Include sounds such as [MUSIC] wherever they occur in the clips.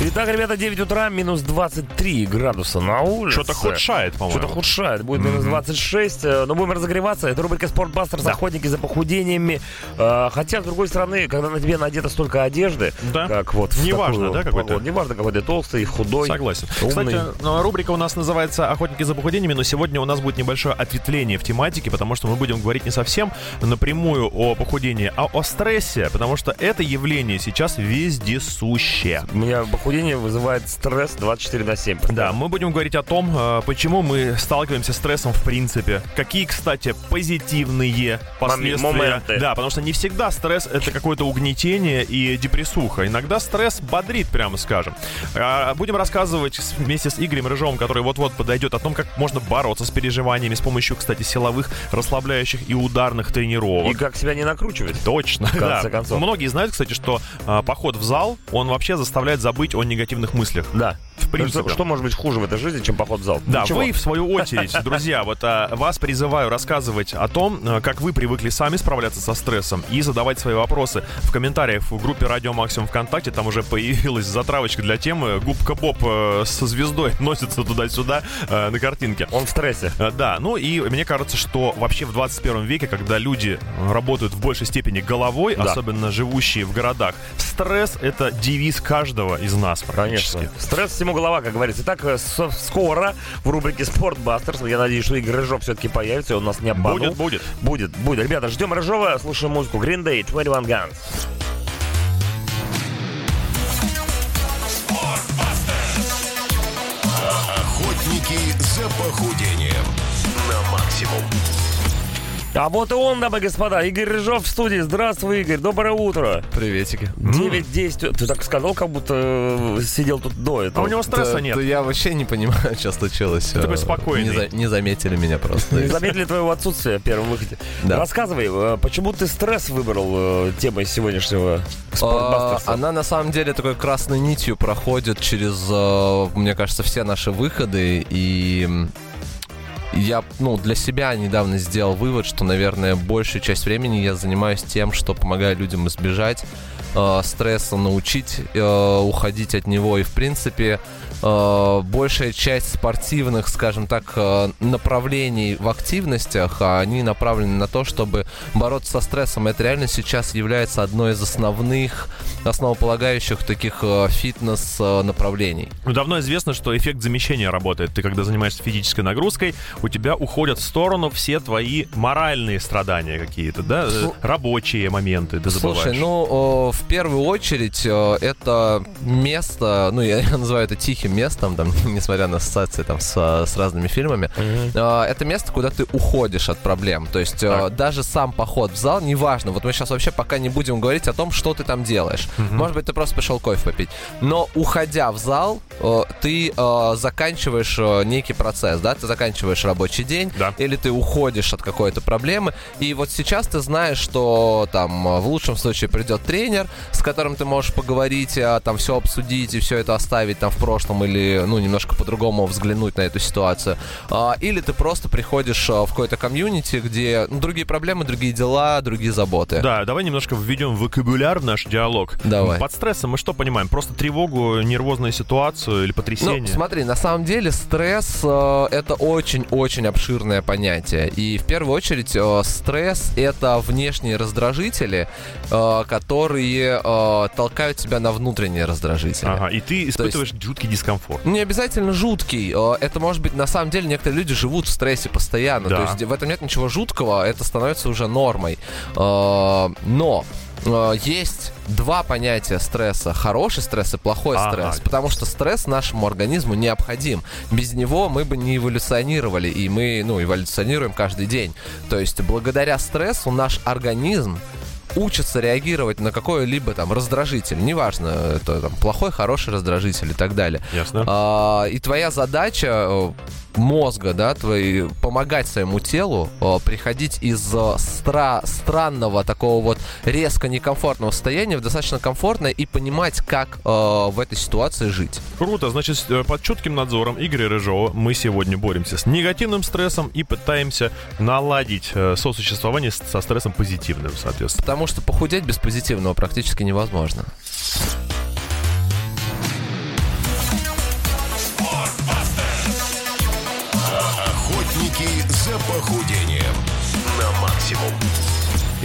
Итак, ребята, 9 утра, минус 23 градуса на улице. Что-то худшает, по-моему. Что-то худшает. Будет минус 26. э, Но будем разогреваться. Это рубрика «Спортбастер» с охотники за похудениями. Э, Хотя, с другой стороны, когда на тебе надето столько одежды, Да. как вот... в Неважно, такую да, какой ты? погоду, Неважно, какой ты толстый, худой. Согласен. умный. Кстати, ну, рубрика у нас называется «Охотники за похудениями», но сегодня у нас будет небольшое ответвление в тематике, потому что мы будем говорить не совсем напрямую о похудении, а о стрессе, потому что это явление сейчас вездесущее. У меня похудение вызывает стресс 24 на 7. Да, мы будем говорить о том, э, почему мы сталкиваемся с стрессом в принципе. Какие, кстати, позитивные последствия. моменты. Да, потому что не всегда стресс это какое-то угнетение и депрессуха. Иногда стресс бодрит, прямо скажем. А, Будем рассказывать с- вместе с Игорем Рыжовым, который вот-вот подойдет, о том, как можно бороться с переживаниями с помощью, кстати, силовых, расслабляющих и ударных тренировок. И как себя не накручивать. Точно, В конце концов. Многие знают, кстати, что а, поход в зал, он вообще заставляет забыть о негативных мыслях. Да. В Ну, принципе. Что, что может быть хуже в этой жизни, чем поход в зал? Да, Ничего. вы, в свою очередь, [LAUGHS] друзья, вот а, вас призываю рассказывать о том, э, как вы привыкли сами справляться со стрессом и задавать свои вопросы в комментариях в группе Радио Максимум ВКонтакте. Там уже появилась затравочка для темы. Губка Боб э, со звездой [LAUGHS] носится туда-сюда э, на картинке. Он в стрессе. Э, Да, ну и мне кажется, что вообще в 21 веке, когда люди э, работают в большей степени головой, Да. особенно живущие в городах, стресс — это девиз каждого из нас практически. Конечно. Стресс всему голова, как говорится. Итак, э, со- скоро в рубрике «Спортбастерс». Я надеюсь, что Игорь Рыжов все-таки появится, и он нас не обманул. Будет, будет. Будет, будет. Ребята, ждем Рыжова, слушаем музыку. Green Day, 21 Guns. Охотники за похудением на максимум. А вот и он, дамы и господа, Игорь Рыжов в студии. Здравствуй, Игорь, доброе утро. Приветики. 9-10. Ты так сказал, как будто э, сидел тут до А этого. у него стресса Да- нет. да я вообще не понимаю, что случилось. Ты такой спокойный. Не, за- не заметили меня просто. Не [LAUGHS] заметили твоего отсутствия в первом выходе. Да. Рассказывай, э, почему ты стресс выбрал э, темой сегодняшнего А, спортбастерса? Она на самом деле такой красной нитью проходит через, э, мне кажется, все наши выходы. И м, я, ну, для себя недавно сделал вывод, что, наверное, большую часть времени я занимаюсь тем, что помогаю людям избежать э, стресса, научить э, уходить от него. И, в принципе, э, большая часть спортивных, скажем так, э, направлений в активностях, а они направлены на то, чтобы бороться со стрессом. Это реально сейчас является одной из основных, основополагающих таких э, фитнес-направлений. Ну, давно известно, что эффект замещения работает. Ты когда занимаешься физической нагрузкой, у тебя уходят в сторону все твои моральные страдания какие-то, да? Э, Слу- Рабочие моменты ты забываешь. Слушай, ну, э, в первую очередь, э, это место, ну, я, [LAUGHS] я называю это тихим местом, там, [LAUGHS] несмотря на ассоциации там с, э, с разными фильмами, Э, это место, куда ты уходишь от проблем. То есть э, даже сам поход в зал, неважно, вот мы сейчас вообще пока не будем говорить о том, что ты там делаешь. Может быть, ты просто пришел кофе попить. Но уходя в зал, э, ты э, заканчиваешь э, некий процесс, да, ты заканчиваешь рабочий день, Да. или ты уходишь от какой-то проблемы. И вот сейчас ты знаешь, что там э, в лучшем случае придет тренер, с которым ты можешь поговорить, а, там все обсудить и все это оставить там в прошлом или ну немножко по-другому взглянуть на эту ситуацию. А, Или ты просто приходишь а, в какое-то комьюнити, где ну, другие проблемы, другие дела, другие заботы. Да, давай немножко введем вокабуляр в наш диалог. Давай. Под стрессом мы что понимаем? Просто тревогу, нервозную ситуацию или потрясение? Ну, смотри, на самом деле стресс э, это очень-очень обширное понятие. И в первую очередь э, стресс это внешние раздражители, э, которые э, толкают тебя на внутренние раздражители. Ага, и ты испытываешь жуткий дискомфорт. Не обязательно жуткий. э, Это может быть, на самом деле, некоторые люди живут в стрессе постоянно. Да. То есть в этом нет ничего жуткого, это становится уже нормой. Э, Но э, есть два понятия стресса. Хороший стресс и плохой Ага. стресс. Потому что стресс нашему организму необходим. Без него мы бы не эволюционировали. И мы, ну, эволюционируем каждый день. То есть благодаря стрессу наш организм учится реагировать на какой-либо там раздражитель, неважно, это там плохой, хороший раздражитель и так далее. Ясно. А, и твоя задача э, мозга, да, твои, помогать своему телу э, приходить из э, стра- странного, такого вот резко некомфортного состояния в достаточно комфортное и понимать, как э, в этой ситуации жить. Круто, значит, э, под чутким надзором Игоря Рыжова мы сегодня боремся с негативным стрессом и пытаемся наладить э, сосуществование с- со стрессом позитивным, соответственно. Потому что похудеть без позитивного практически невозможно. Охотники за похудением на максимум.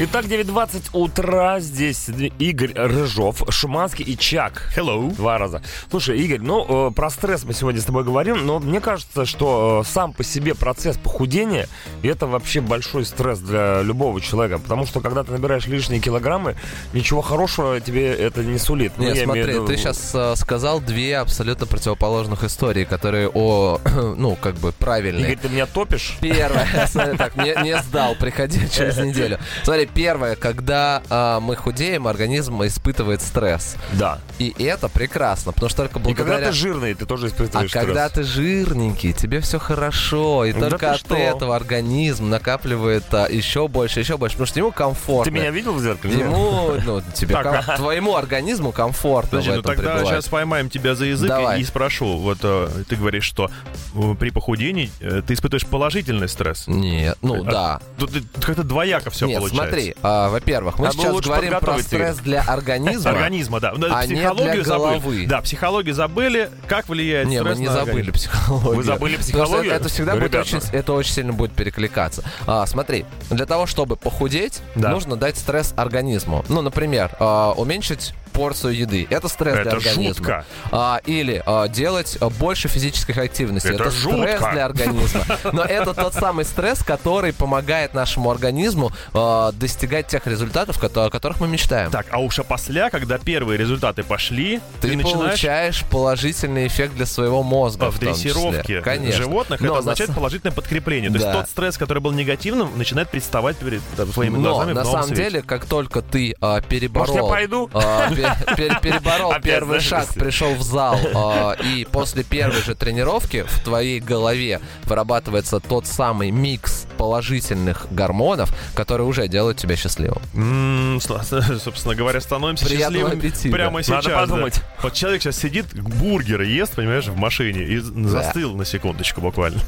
Итак, 9.20 утра. Здесь Игорь Рыжов, Шуманский и Чак. Hello. Два раза. Слушай, Игорь, ну, э, про стресс мы сегодня с тобой говорим, но мне кажется, что э, сам по себе процесс похудения — это вообще большой стресс для любого человека, потому что, когда ты набираешь лишние килограммы, ничего хорошего тебе это не сулит. Ну, Не, я смотри, имею в виду- ты сейчас сказал две абсолютно противоположных истории, которые о, [CLEARS THROAT] ну, как бы правильные. Игорь, ты меня топишь? Первое, [LAUGHS] смотри, так, не, не сдал, приходи [LAUGHS] через неделю. Смотри, первое, когда а, мы худеем, организм испытывает стресс. Да. И это прекрасно, потому что только И когда благодаря... ты жирный, ты тоже а испытываешь когда стресс. ты жирненький, тебе все хорошо, и Да ты только от что? этого организм накапливает еще больше, еще больше, потому что ему комфортно. Ты меня видел в зеркале? Нет. Ему, ну, тебе, Так, ком- твоему организму комфортно Подожди, в ну этом тогда пребывать. сейчас поймаем тебя за язык Давай. и спрошу. Вот э, ты говоришь, что э, при похудении э, ты испытываешь положительный стресс. Нет, ну А, да. Тут ты- как-то двояко все Нет, получается. смотри, а, во-первых, мы Надо было сейчас лучше говорим про подготовить, стресс для [LAUGHS] организма. Организма, да. Ну, А не для психологию забыли. головы. Да, психологию забыли. Как влияет Не, мы стресс не на забыли организм? психологию. Вы забыли Потому что психологию? Это, это всегда Ну, будет ребята. очень, это очень сильно будет перекликаться. А, смотри, для того, чтобы похудеть, Да. нужно дать стресс организму. Ну, например, а, уменьшить порцию еды. Это стресс для Это организма. жутко. А, или а, делать а, больше физических активностей. Это стресс жутко. для организма. Но это тот самый стресс, который помогает нашему организму а, достигать тех результатов, кото- о которых мы мечтаем. Так, а уж опосля, когда первые результаты пошли, ты, ты, начинаешь получаешь положительный эффект для своего мозга. а, в том числе. дрессировке Конечно. животных, Но это на означает са- положительное подкрепление. То Да. есть тот стресс, который был негативным, начинает представать перед э, твоими Но глазами в на новом самом свете. деле, как только ты а, переборол, Может, я пойду? а, пе- пе- переборол Опять, первый знаешь, шаг, если- пришел в зал, а, и после первой же тренировки в твоей голове вырабатывается тот самый микс положительных гормонов, который уже делает тебя счастливым. М, с- [LAUGHS] собственно говоря, становимся Приятного счастливыми аппетита. прямо сейчас. Надо да. подумать. Вот человек сейчас сидит, бургеры ест, понимаешь, в машине и застыл на секундочку буквально.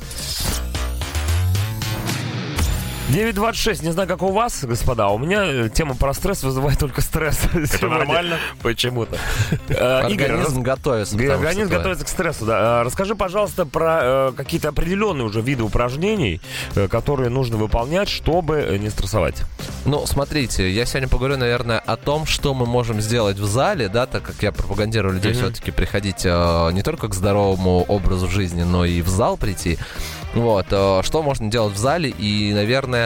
9.26, не знаю, как у вас, господа, у меня э, тема про стресс вызывает только стресс. [LAUGHS] Это нормально. [LAUGHS] Почему-то. Э, Игорь, рас- Организм готовится. Г- потому что Организм твой- готовится к стрессу, да. Э, Расскажи, пожалуйста, про э, какие-то определенные уже виды упражнений, э, которые нужно выполнять, чтобы э, не стрессовать. Ну, смотрите, я сегодня поговорю, наверное, о том, что мы можем сделать в зале, да, так как я пропагандирую людей Мгм. все-таки приходить э, не только к здоровому образу жизни, но и в зал прийти. Вот, э, что можно делать в зале, и, наверное,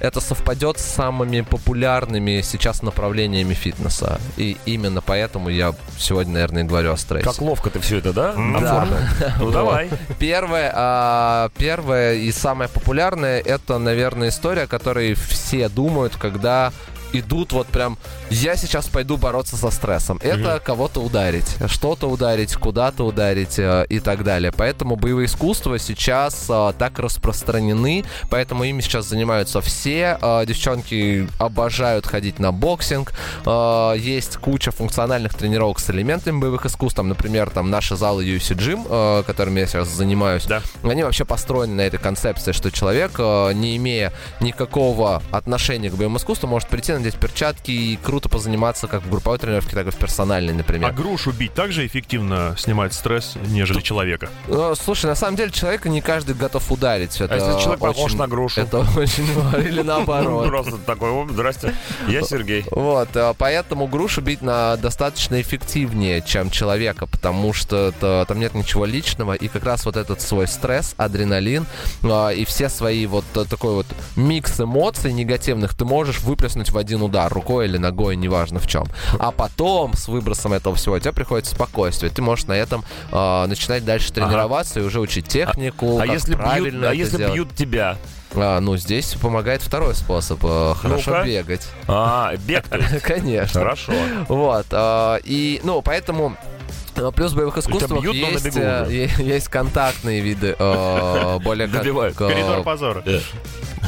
это совпадет с самыми популярными сейчас направлениями фитнеса. И именно поэтому я сегодня, наверное, и говорю о стрессе. Как ловко ты все это, да? Да. оформил? [LAUGHS] Ну давай. Первое, а, первое и самое популярное, это, наверное, история, о которой все думают, когда идут вот прям, я сейчас пойду бороться со стрессом. Это кого-то ударить, что-то ударить, куда-то ударить э, и так далее. Поэтому боевые искусства сейчас э, так распространены, поэтому ими сейчас занимаются все. Э, девчонки обожают ходить на боксинг. Э, есть куча функциональных тренировок с элементами боевых искусств. Там, например, там наши залы UFC Gym, э, которыми я сейчас занимаюсь, Да. они вообще построены на этой концепции, что человек, э, не имея никакого отношения к боевому искусству, может прийти, надеть перчатки и круто позаниматься как в групповой тренировке, так и в персональной, например. А грушу бить также эффективно снимает стресс, нежели человека. Ну, слушай, на самом деле человека не каждый готов ударить. Это А если человек похож очень- на грушу? [LAUGHS] Это очень... важно. Или наоборот. Просто такой, «О, здрасте, я Сергей. Вот, э, поэтому грушу бить на достаточно эффективнее, чем человека, потому что это- там нет ничего личного, и как раз вот этот свой стресс, адреналин э, и все свои вот э, такой вот микс эмоций негативных ты можешь выплеснуть в один удар, рукой или ногой, неважно в чем. А потом с выбросом этого всего у тебя приходит спокойствие, ты можешь на этом э, начинать дальше тренироваться и уже учить технику, А как если правильно бьют, а это если делать. бьют тебя? А, ну, здесь помогает второй способ, э, хорошо Ну-ка. бегать. [LAUGHS] А, бег то есть. Конечно. Хорошо. Вот. а, И, ну, поэтому... э, Плюс боевых искусств бьют, но на есть, бегу э, уже. е- есть контактные виды, [LAUGHS] э, более как, Добивают. э, Коридор позора.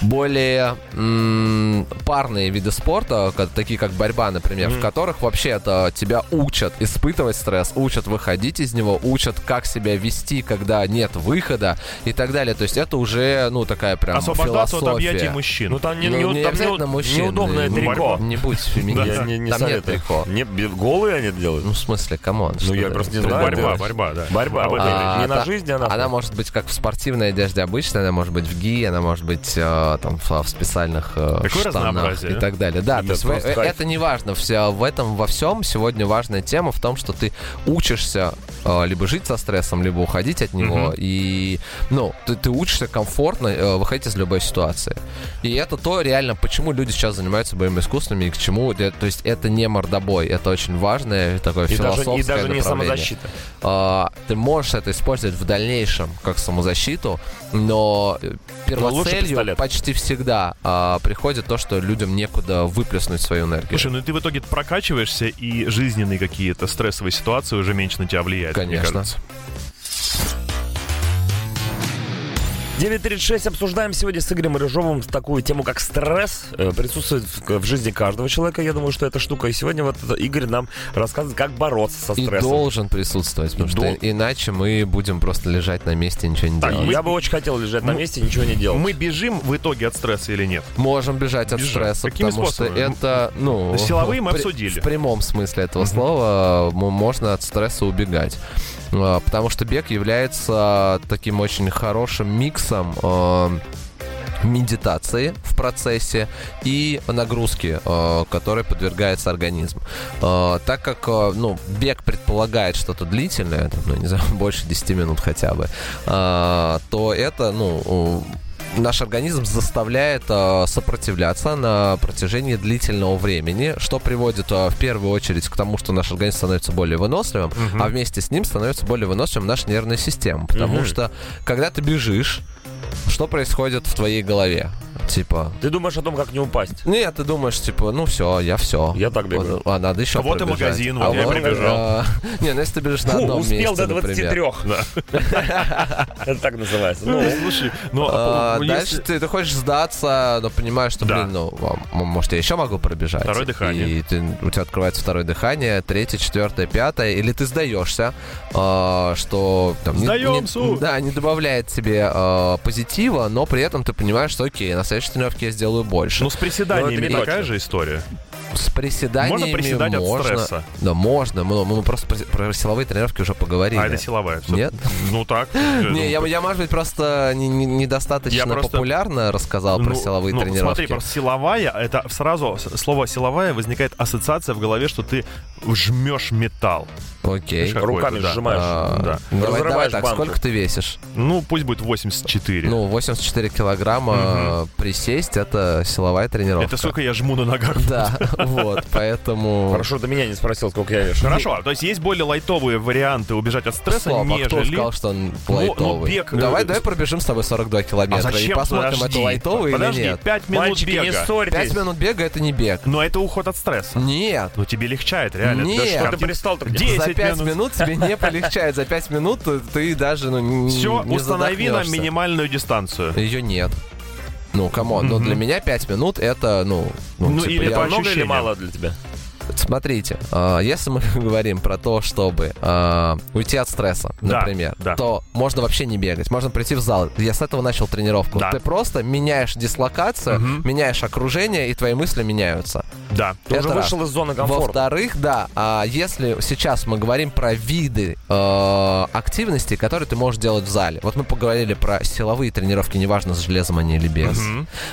более м, м, парные виды спорта, ка- такие как борьба, например, в которых вообще это тебя учат испытывать стресс, учат выходить из него, учат, как себя вести, когда нет выхода и так далее. То есть это уже, ну, такая прям Освобождаться от объятий философия. мужчин. Ну там не, Ну, не- не там обязательно не- мужчин. неудобное Ну, трико. Не будь феминистом. Я не, не Там нет советую. трико. Не, бе- голые они это делают? Ну, в смысле, камон. что я ты, просто не трико знаю, делаешь? Борьба, борьба, да. Борьба. Об этом А, речь. не на та- жизнь, а на Она спорт. может быть как в спортивной одежде обычной, она может быть в ги, она может быть э, там в, в специальных э, Какое штанах разнообразие, и а? так далее. Да, Да, то есть вы- просто э, кайф. это не важно. Все, в этом во всем сегодня важная тема в том, что ты учишься э, либо жить со стрессом, либо уходить от него. И ну, ты, ты учишься комфортно э, выходить из любой ситуации. И это то реально, почему люди сейчас занимаются боевыми искусствами и к чему. э, То есть это не мордобой, это очень важное такое И даже, философское и даже не направление самозащита. а, ты можешь это использовать в дальнейшем как самозащиту, но э, Ну, лучше первоцелью пистолет. почти всегда а, приходит то, что людям некуда выплеснуть свою энергию. Слушай, ну ты в итоге прокачиваешься, и жизненные какие-то стрессовые ситуации уже меньше на тебя влияют, мне Конечно. кажется. 9.36 обсуждаем сегодня с Игорем Рыжовым такую тему, как стресс. Э, Присутствует в, в жизни каждого человека. Я думаю, что это штука. И сегодня вот это Игорь нам рассказывает, как бороться со и стрессом. должен присутствовать, потому И что дол- иначе мы будем просто лежать на месте и ничего не Да, делать. Я бы очень хотел лежать на месте и ничего не делать. Мы бежим в итоге от стресса или нет? Можем бежать от Бежать. стресса, Какими потому способами? что это, ну... Силовые мы в пре- обсудили. В прямом смысле этого слова м- можно от стресса убегать. А, Потому что бег является таким очень хорошим миксом а, медитации в процессе и нагрузки, э, которой подвергается организм. Э, Так как э, ну, бег предполагает что-то длительное, там, ну, не знаю, [LAUGHS] больше 10 минут хотя бы, э, то это, ну, у- наш организм заставляет э, сопротивляться на протяжении длительного времени, что приводит э, в первую очередь к тому, что наш организм становится более выносливым, а вместе с ним становится более выносливым наша нервная система. Потому Мгм. что когда ты бежишь, что происходит в твоей голове? Типа, Ты думаешь о том, как не упасть? нет, ты думаешь, типа, ну все, я все. Я так бегаю. А надо еще А вот и магазин, вот я прибежал. [LAUGHS] не, ну если ты бежишь на Фу, одном успел месте, до например. 23. [LAUGHS] Это так называется. Ну, [LAUGHS] слушай, ну, А, а, ну, дальше если- ты, ты хочешь сдаться, но понимаешь, что, Да. блин, ну, а, м- может, я еще могу пробежать. Второе дыхание. И ты- у тебя открывается второе дыхание, третье, четвертое, пятое, или ты сдаешься, а, что там не- не- Сдаемся! да, не добавляет тебе а, позитива, но при этом ты понимаешь, что окей, на следующей тренировке я сделаю больше. Ну, с приседаниями Ну, это не такая точно. же история. С приседаниями Можно приседать от можно. стресса? Да, можно. Мы, мы просто про, про силовые тренировки уже поговорили. А это силовая. всё. Нет? Ну так. Не, я, я, может быть, просто не- не- недостаточно Я просто- популярно рассказал Ну, про силовые ну, тренировки. Смотри, просто силовая, это сразу с- слово силовая возникает ассоциация в голове, что ты жмешь металл. Окей. Шаг. руками какой-то, да. сжимаешь. А, да. Давай, давай Разрываешь так, банку. сколько ты весишь? Ну, пусть будет 84. Ну, 84 килограмма присесть, это силовая тренировка. это сколько я жму на ногах. [LAUGHS] Да, вот, поэтому... Хорошо, ты меня не спросил, сколько я вешу. Хорошо, то есть есть более лайтовые варианты убежать от стресса, Слава, а кто нежели... Ну, сказал, что он лайтовый? бег, э, давай, э, давай пробежим с тобой 42 А километра зачем? и посмотрим, Подожди. это лайтовый Подожди, или нет. 5 минут Мальчики, бега. не 5 ссорьтесь. минут бега — это не бег. Но это уход от стресса. Нет, Ну тебе легчает, реально. Нет. Да что Что ты ты при- пристал-то к нему? 10 за 5 минут. минут. тебе не полегчает. За 5 минут ты даже ну, н- не Все, установи нам задохнешься. Э, минимальную дистанцию. Ее нет. Ну, камон, но для меня 5 минут это, ну, ну, Ну, типа, или я- ну, по Это много или ощущениям. мало для тебя? Смотрите, э, если мы [LAUGHS] говорим про то, чтобы э, уйти от стресса, Да, например, да. то можно вообще не бегать, можно прийти в зал. Я с этого начал тренировку. Да. Ты просто меняешь дислокацию, Мгм. меняешь окружение, и твои мысли меняются. Да. Ты Это уже раз. вышел из зоны комфорта. Во-вторых, да, а если сейчас мы говорим про виды э, активности, которые ты можешь делать в зале. Вот мы поговорили про силовые тренировки, неважно, с железом они или без.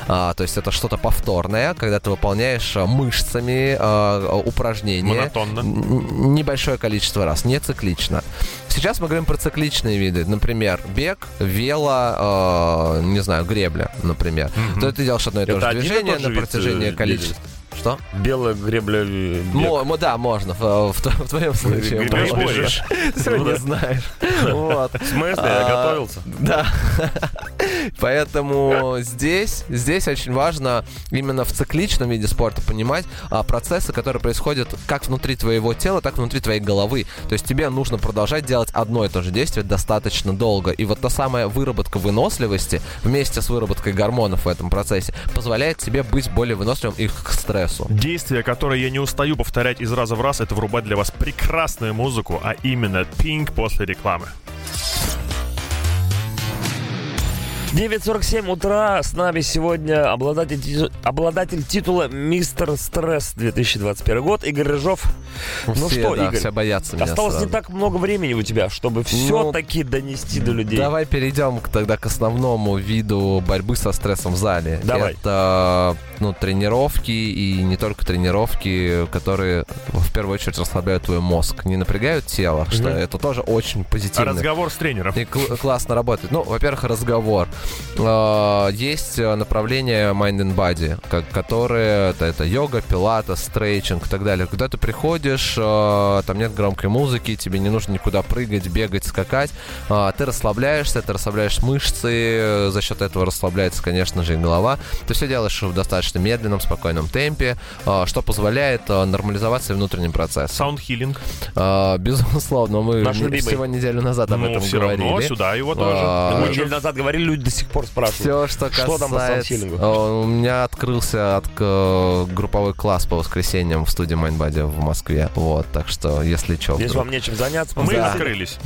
А, то есть это что-то повторное, когда ты выполняешь э, мышцами э, упражнения. Монотонно. Н- Небольшое количество раз, не циклично. Сейчас мы говорим про цикличные виды. Например, бег, вело, э, не знаю, гребля, например. То ты делаешь одно и то Это же один и движение тот же на вид, протяжении э, количества. Что? Белая гребля. э, бег. Мо- мо- да, можно. В, в тво- в твоем случае. Гребешь, можно. [LAUGHS] бежишь. Ну [LAUGHS] Ты сегодня знаешь. Вот. В смысле? Я А, готовился. Да. [LAUGHS] Поэтому здесь, здесь очень важно именно в цикличном виде спорта понимать а, процессы, которые происходят как внутри твоего тела, так и внутри твоей головы. То есть тебе нужно продолжать делать одно и то же действие достаточно долго. И вот та самая выработка выносливости вместе с выработкой гормонов в этом процессе позволяет тебе быть более выносливым и к стрессу. Действие, которое я не устаю повторять из раза в раз, это врубать для вас прекрасную музыку, а именно пинг после рекламы. 9.47 утра. С нами сегодня обладатель, ти- обладатель титула «Мистер Стресс» 2021 год. Игорь Рыжов. ну Все, что, да, Игорь, все боятся меня осталось сразу. не так много времени у тебя, чтобы все-таки донести до людей. Давай перейдем к- тогда к основному виду борьбы со стрессом в зале. Давай. Это ну, тренировки и не только тренировки, которые в первую очередь расслабляют твой мозг, не напрягают тело, что это тоже очень позитивно. Разговор с тренером. И кл- классно работает. Ну, во-первых, разговор. Э, Есть э, направление mind and body, ко- которые это, это йога, пилата, стрейчинг и так далее. Когда ты приходишь, э, там нет громкой музыки, тебе не нужно никуда прыгать, бегать, скакать. А, Ты расслабляешься, ты расслабляешь мышцы, э, за счет этого расслабляется, конечно же, и голова. Ты все делаешь в достаточно медленном, спокойном темпе, э, что позволяет э, нормализоваться и внутренний процесс. Саундхиллинг. Э, Безусловно, мы Наш не- любимый. всего неделю назад об Ну, этом все говорили. равно, сюда его А, тоже. Мы Ну, неделю назад говорили, люди до сих пор спрашивают. Все, что Что там по касается... саундхиллингу? О, у меня открылся от, э, групповой класс по воскресеньям в студии Майнбади в Москве. Вот, так что, если что... Здесь вам нечем заняться. Мы Да. открылись.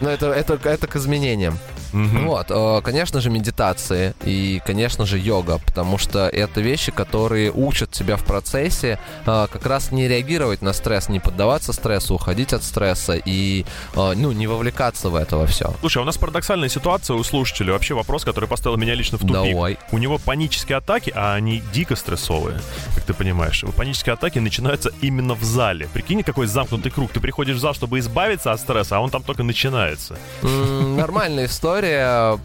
Ну, это, это, это к изменениям. Вот, э, конечно же, медитации и, конечно же, йога, потому что это вещи, которые учат тебя в процессе э, как раз не реагировать на стресс, не поддаваться стрессу, уходить от стресса и, э, ну, не вовлекаться в это во все. Слушай, а у нас парадоксальная ситуация у слушателя. Вообще вопрос, который поставил меня лично в тупик. Давай. У него панические атаки, а они дико стрессовые, как ты понимаешь. Его Панические атаки начинаются именно в зале. Прикинь, какой замкнутый круг. Ты приходишь в зал, чтобы избавиться от стресса, а он там только начинается. М, Нормальная история,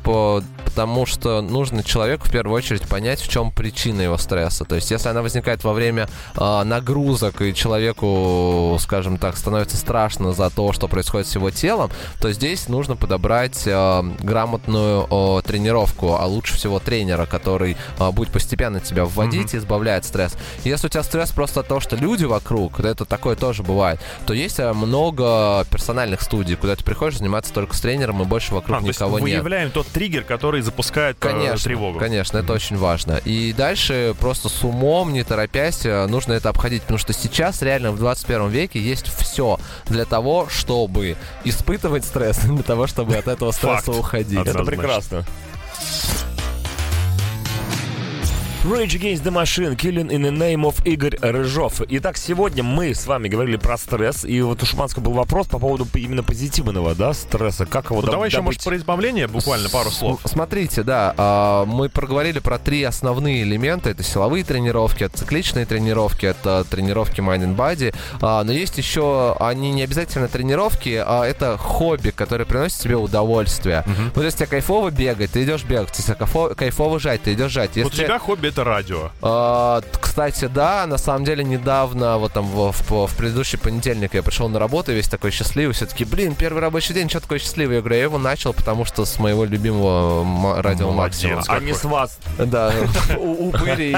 по- потому что нужно человеку в первую очередь понять, в чем причина его стресса. То есть, если она возникает во время э, нагрузок, и человеку, скажем так, становится страшно за то, что происходит с его телом, то здесь нужно подобрать э, грамотную э, тренировку, а лучше всего тренера, который э, будет постепенно тебя вводить и избавляет стресс. Если у тебя стресс просто от того, что люди вокруг, это такое тоже бывает, то есть э, много персональных студий, куда ты приходишь заниматься только с тренером, и больше вокруг А, то есть никого нет. выявляем тот триггер, который запускает э, Конечно, тревогу. конечно, это очень важно. И дальше просто с умом, не торопясь, э, нужно это обходить, потому что сейчас реально в 21 веке есть все для того, чтобы испытывать стресс, [LAUGHS] для того, чтобы от этого стресса Факт. уходить. От- Это Однозначно. прекрасно. Rage Against the Machine, Killing in the Name of Игорь Рыжов. Итак, сегодня мы с вами говорили про стресс, и вот у Шуманского был вопрос по поводу именно позитивного, да, стресса. Как его Ну, доб- давай еще, может, добыть? про избавление буквально пару С- слов. Смотрите, да, а, мы проговорили про три основные элемента. Это силовые тренировки, это цикличные тренировки, это тренировки mind and body. А, Но есть еще, они не обязательно тренировки, а это хобби, которое приносит тебе удовольствие. Ну, то есть тебе кайфово бегать, ты идешь бегать. Если кайфо- кайфово жать, ты идешь жать. Вот у Если- тебя хобби — это радио. а, т- Кстати, да, на самом деле недавно, вот там в, в- в предыдущий понедельник я пришел на работу весь такой счастливый, все таки блин, первый рабочий день, что такой счастливый? Я говорю, я его начал, потому что с моего любимого м- радио Молодец. Максимум. А не с вас. Ну, Да, [LAUGHS] у- упыри.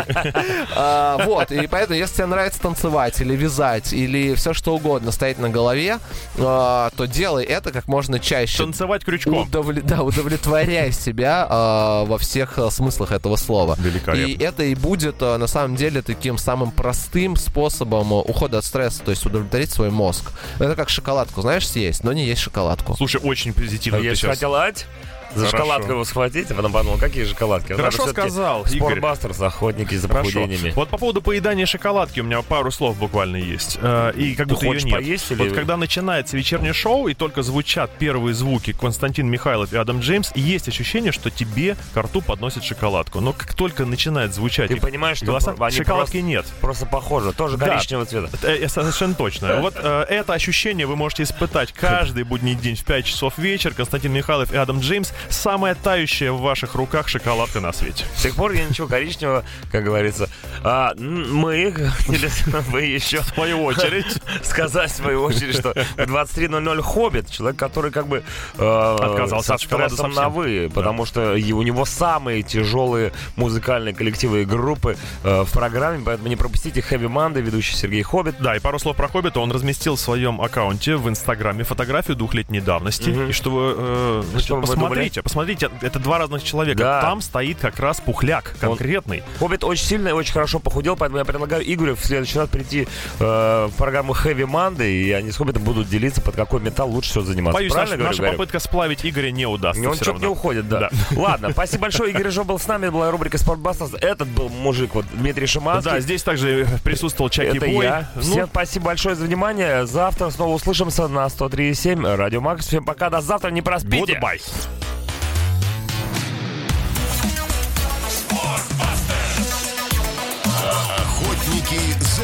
А, Вот, и поэтому, если тебе нравится танцевать или вязать, или все что угодно стоять на голове, а, то делай это как можно чаще. Танцевать крючком. Удовле- да, удовлетворяй себя а, во всех а, смыслах этого слова. Великолепно. И это и будет а, на самом деле таким самым простым способом а, ухода от стресса, то есть удовлетворить свой мозг. Это как шоколадку, знаешь, съесть, но не есть шоколадку. Слушай, очень позитивно А Я ты же сейчас. хотел ать. За Хорошо. шоколадку его схватить, а потом подумал, какие шоколадки. Надо Хорошо всё-таки сказал, Игорь. Спортбастерс, охотники за Хорошо. похудениями. Вот по поводу поедания шоколадки у меня пару слов буквально есть. Э, И как Ты будто её хочешь нет. поесть или- Вот когда начинается вечернее шоу и только звучат первые звуки Константин Михайлов и Адам Джеймс, есть ощущение, что тебе ко рту подносят шоколадку. Но как только начинает звучать Ты их понимаешь, что голоса, они ну, а шоколадки просто- нет. Просто похоже, тоже Да. коричневого цвета. Это, э, [LAUGHS] Совершенно точно. Вот э, это ощущение вы можете испытать каждый будний день в 5 часов вечера. Константин Михайлов и Адам Джеймс самая тающая в ваших руках шоколадка на свете. С тех пор я ничего коричневого, как говорится. А, м, мы [LAUGHS] хотели вы еще В свою очередь. [LAUGHS] сказать в свою очередь, что в 23.00 «Хоббит», человек, который как бы э, Отказался со от шоколада стрессом совсем. на «вы», потому что и у него самые тяжелые музыкальные коллективы и группы э, в программе, поэтому не пропустите «Хэви Манды», ведущий Сергей Хоббит. Да, и пару слов про Хоббита. Он разместил в своем аккаунте в Инстаграме фотографию двухлетней давности. Мгм. И что вы, э, значит, Что вы посмотрите, посмотрите, это два разных человека. Да. Там стоит как раз пухляк конкретный. «Хоббит» очень сильно и очень хорошо похудел, поэтому я предлагаю Игорю в следующий раз прийти э, в программу «Хэви Манды», и они с «Хоббитом» будут делиться, под какой металл лучше всего заниматься. Боюсь, Правильно наш- говорю, наша Игорь? попытка сплавить Игоря не удастся. Не, он всё что-то не равно. уходит, да. [LAUGHS] Ладно, спасибо большое. Игорь Жо был с нами, была рубрика «Спортбастерс». Этот был мужик, вот Дмитрий Шиманский. Да, здесь также присутствовал Чаки Это Бой. я. Ну, Всем спасибо большое за внимание. Завтра снова услышимся на 103.7 Радио Макс. Всем пока, до завтра, не проспите. goodbye. Охотники за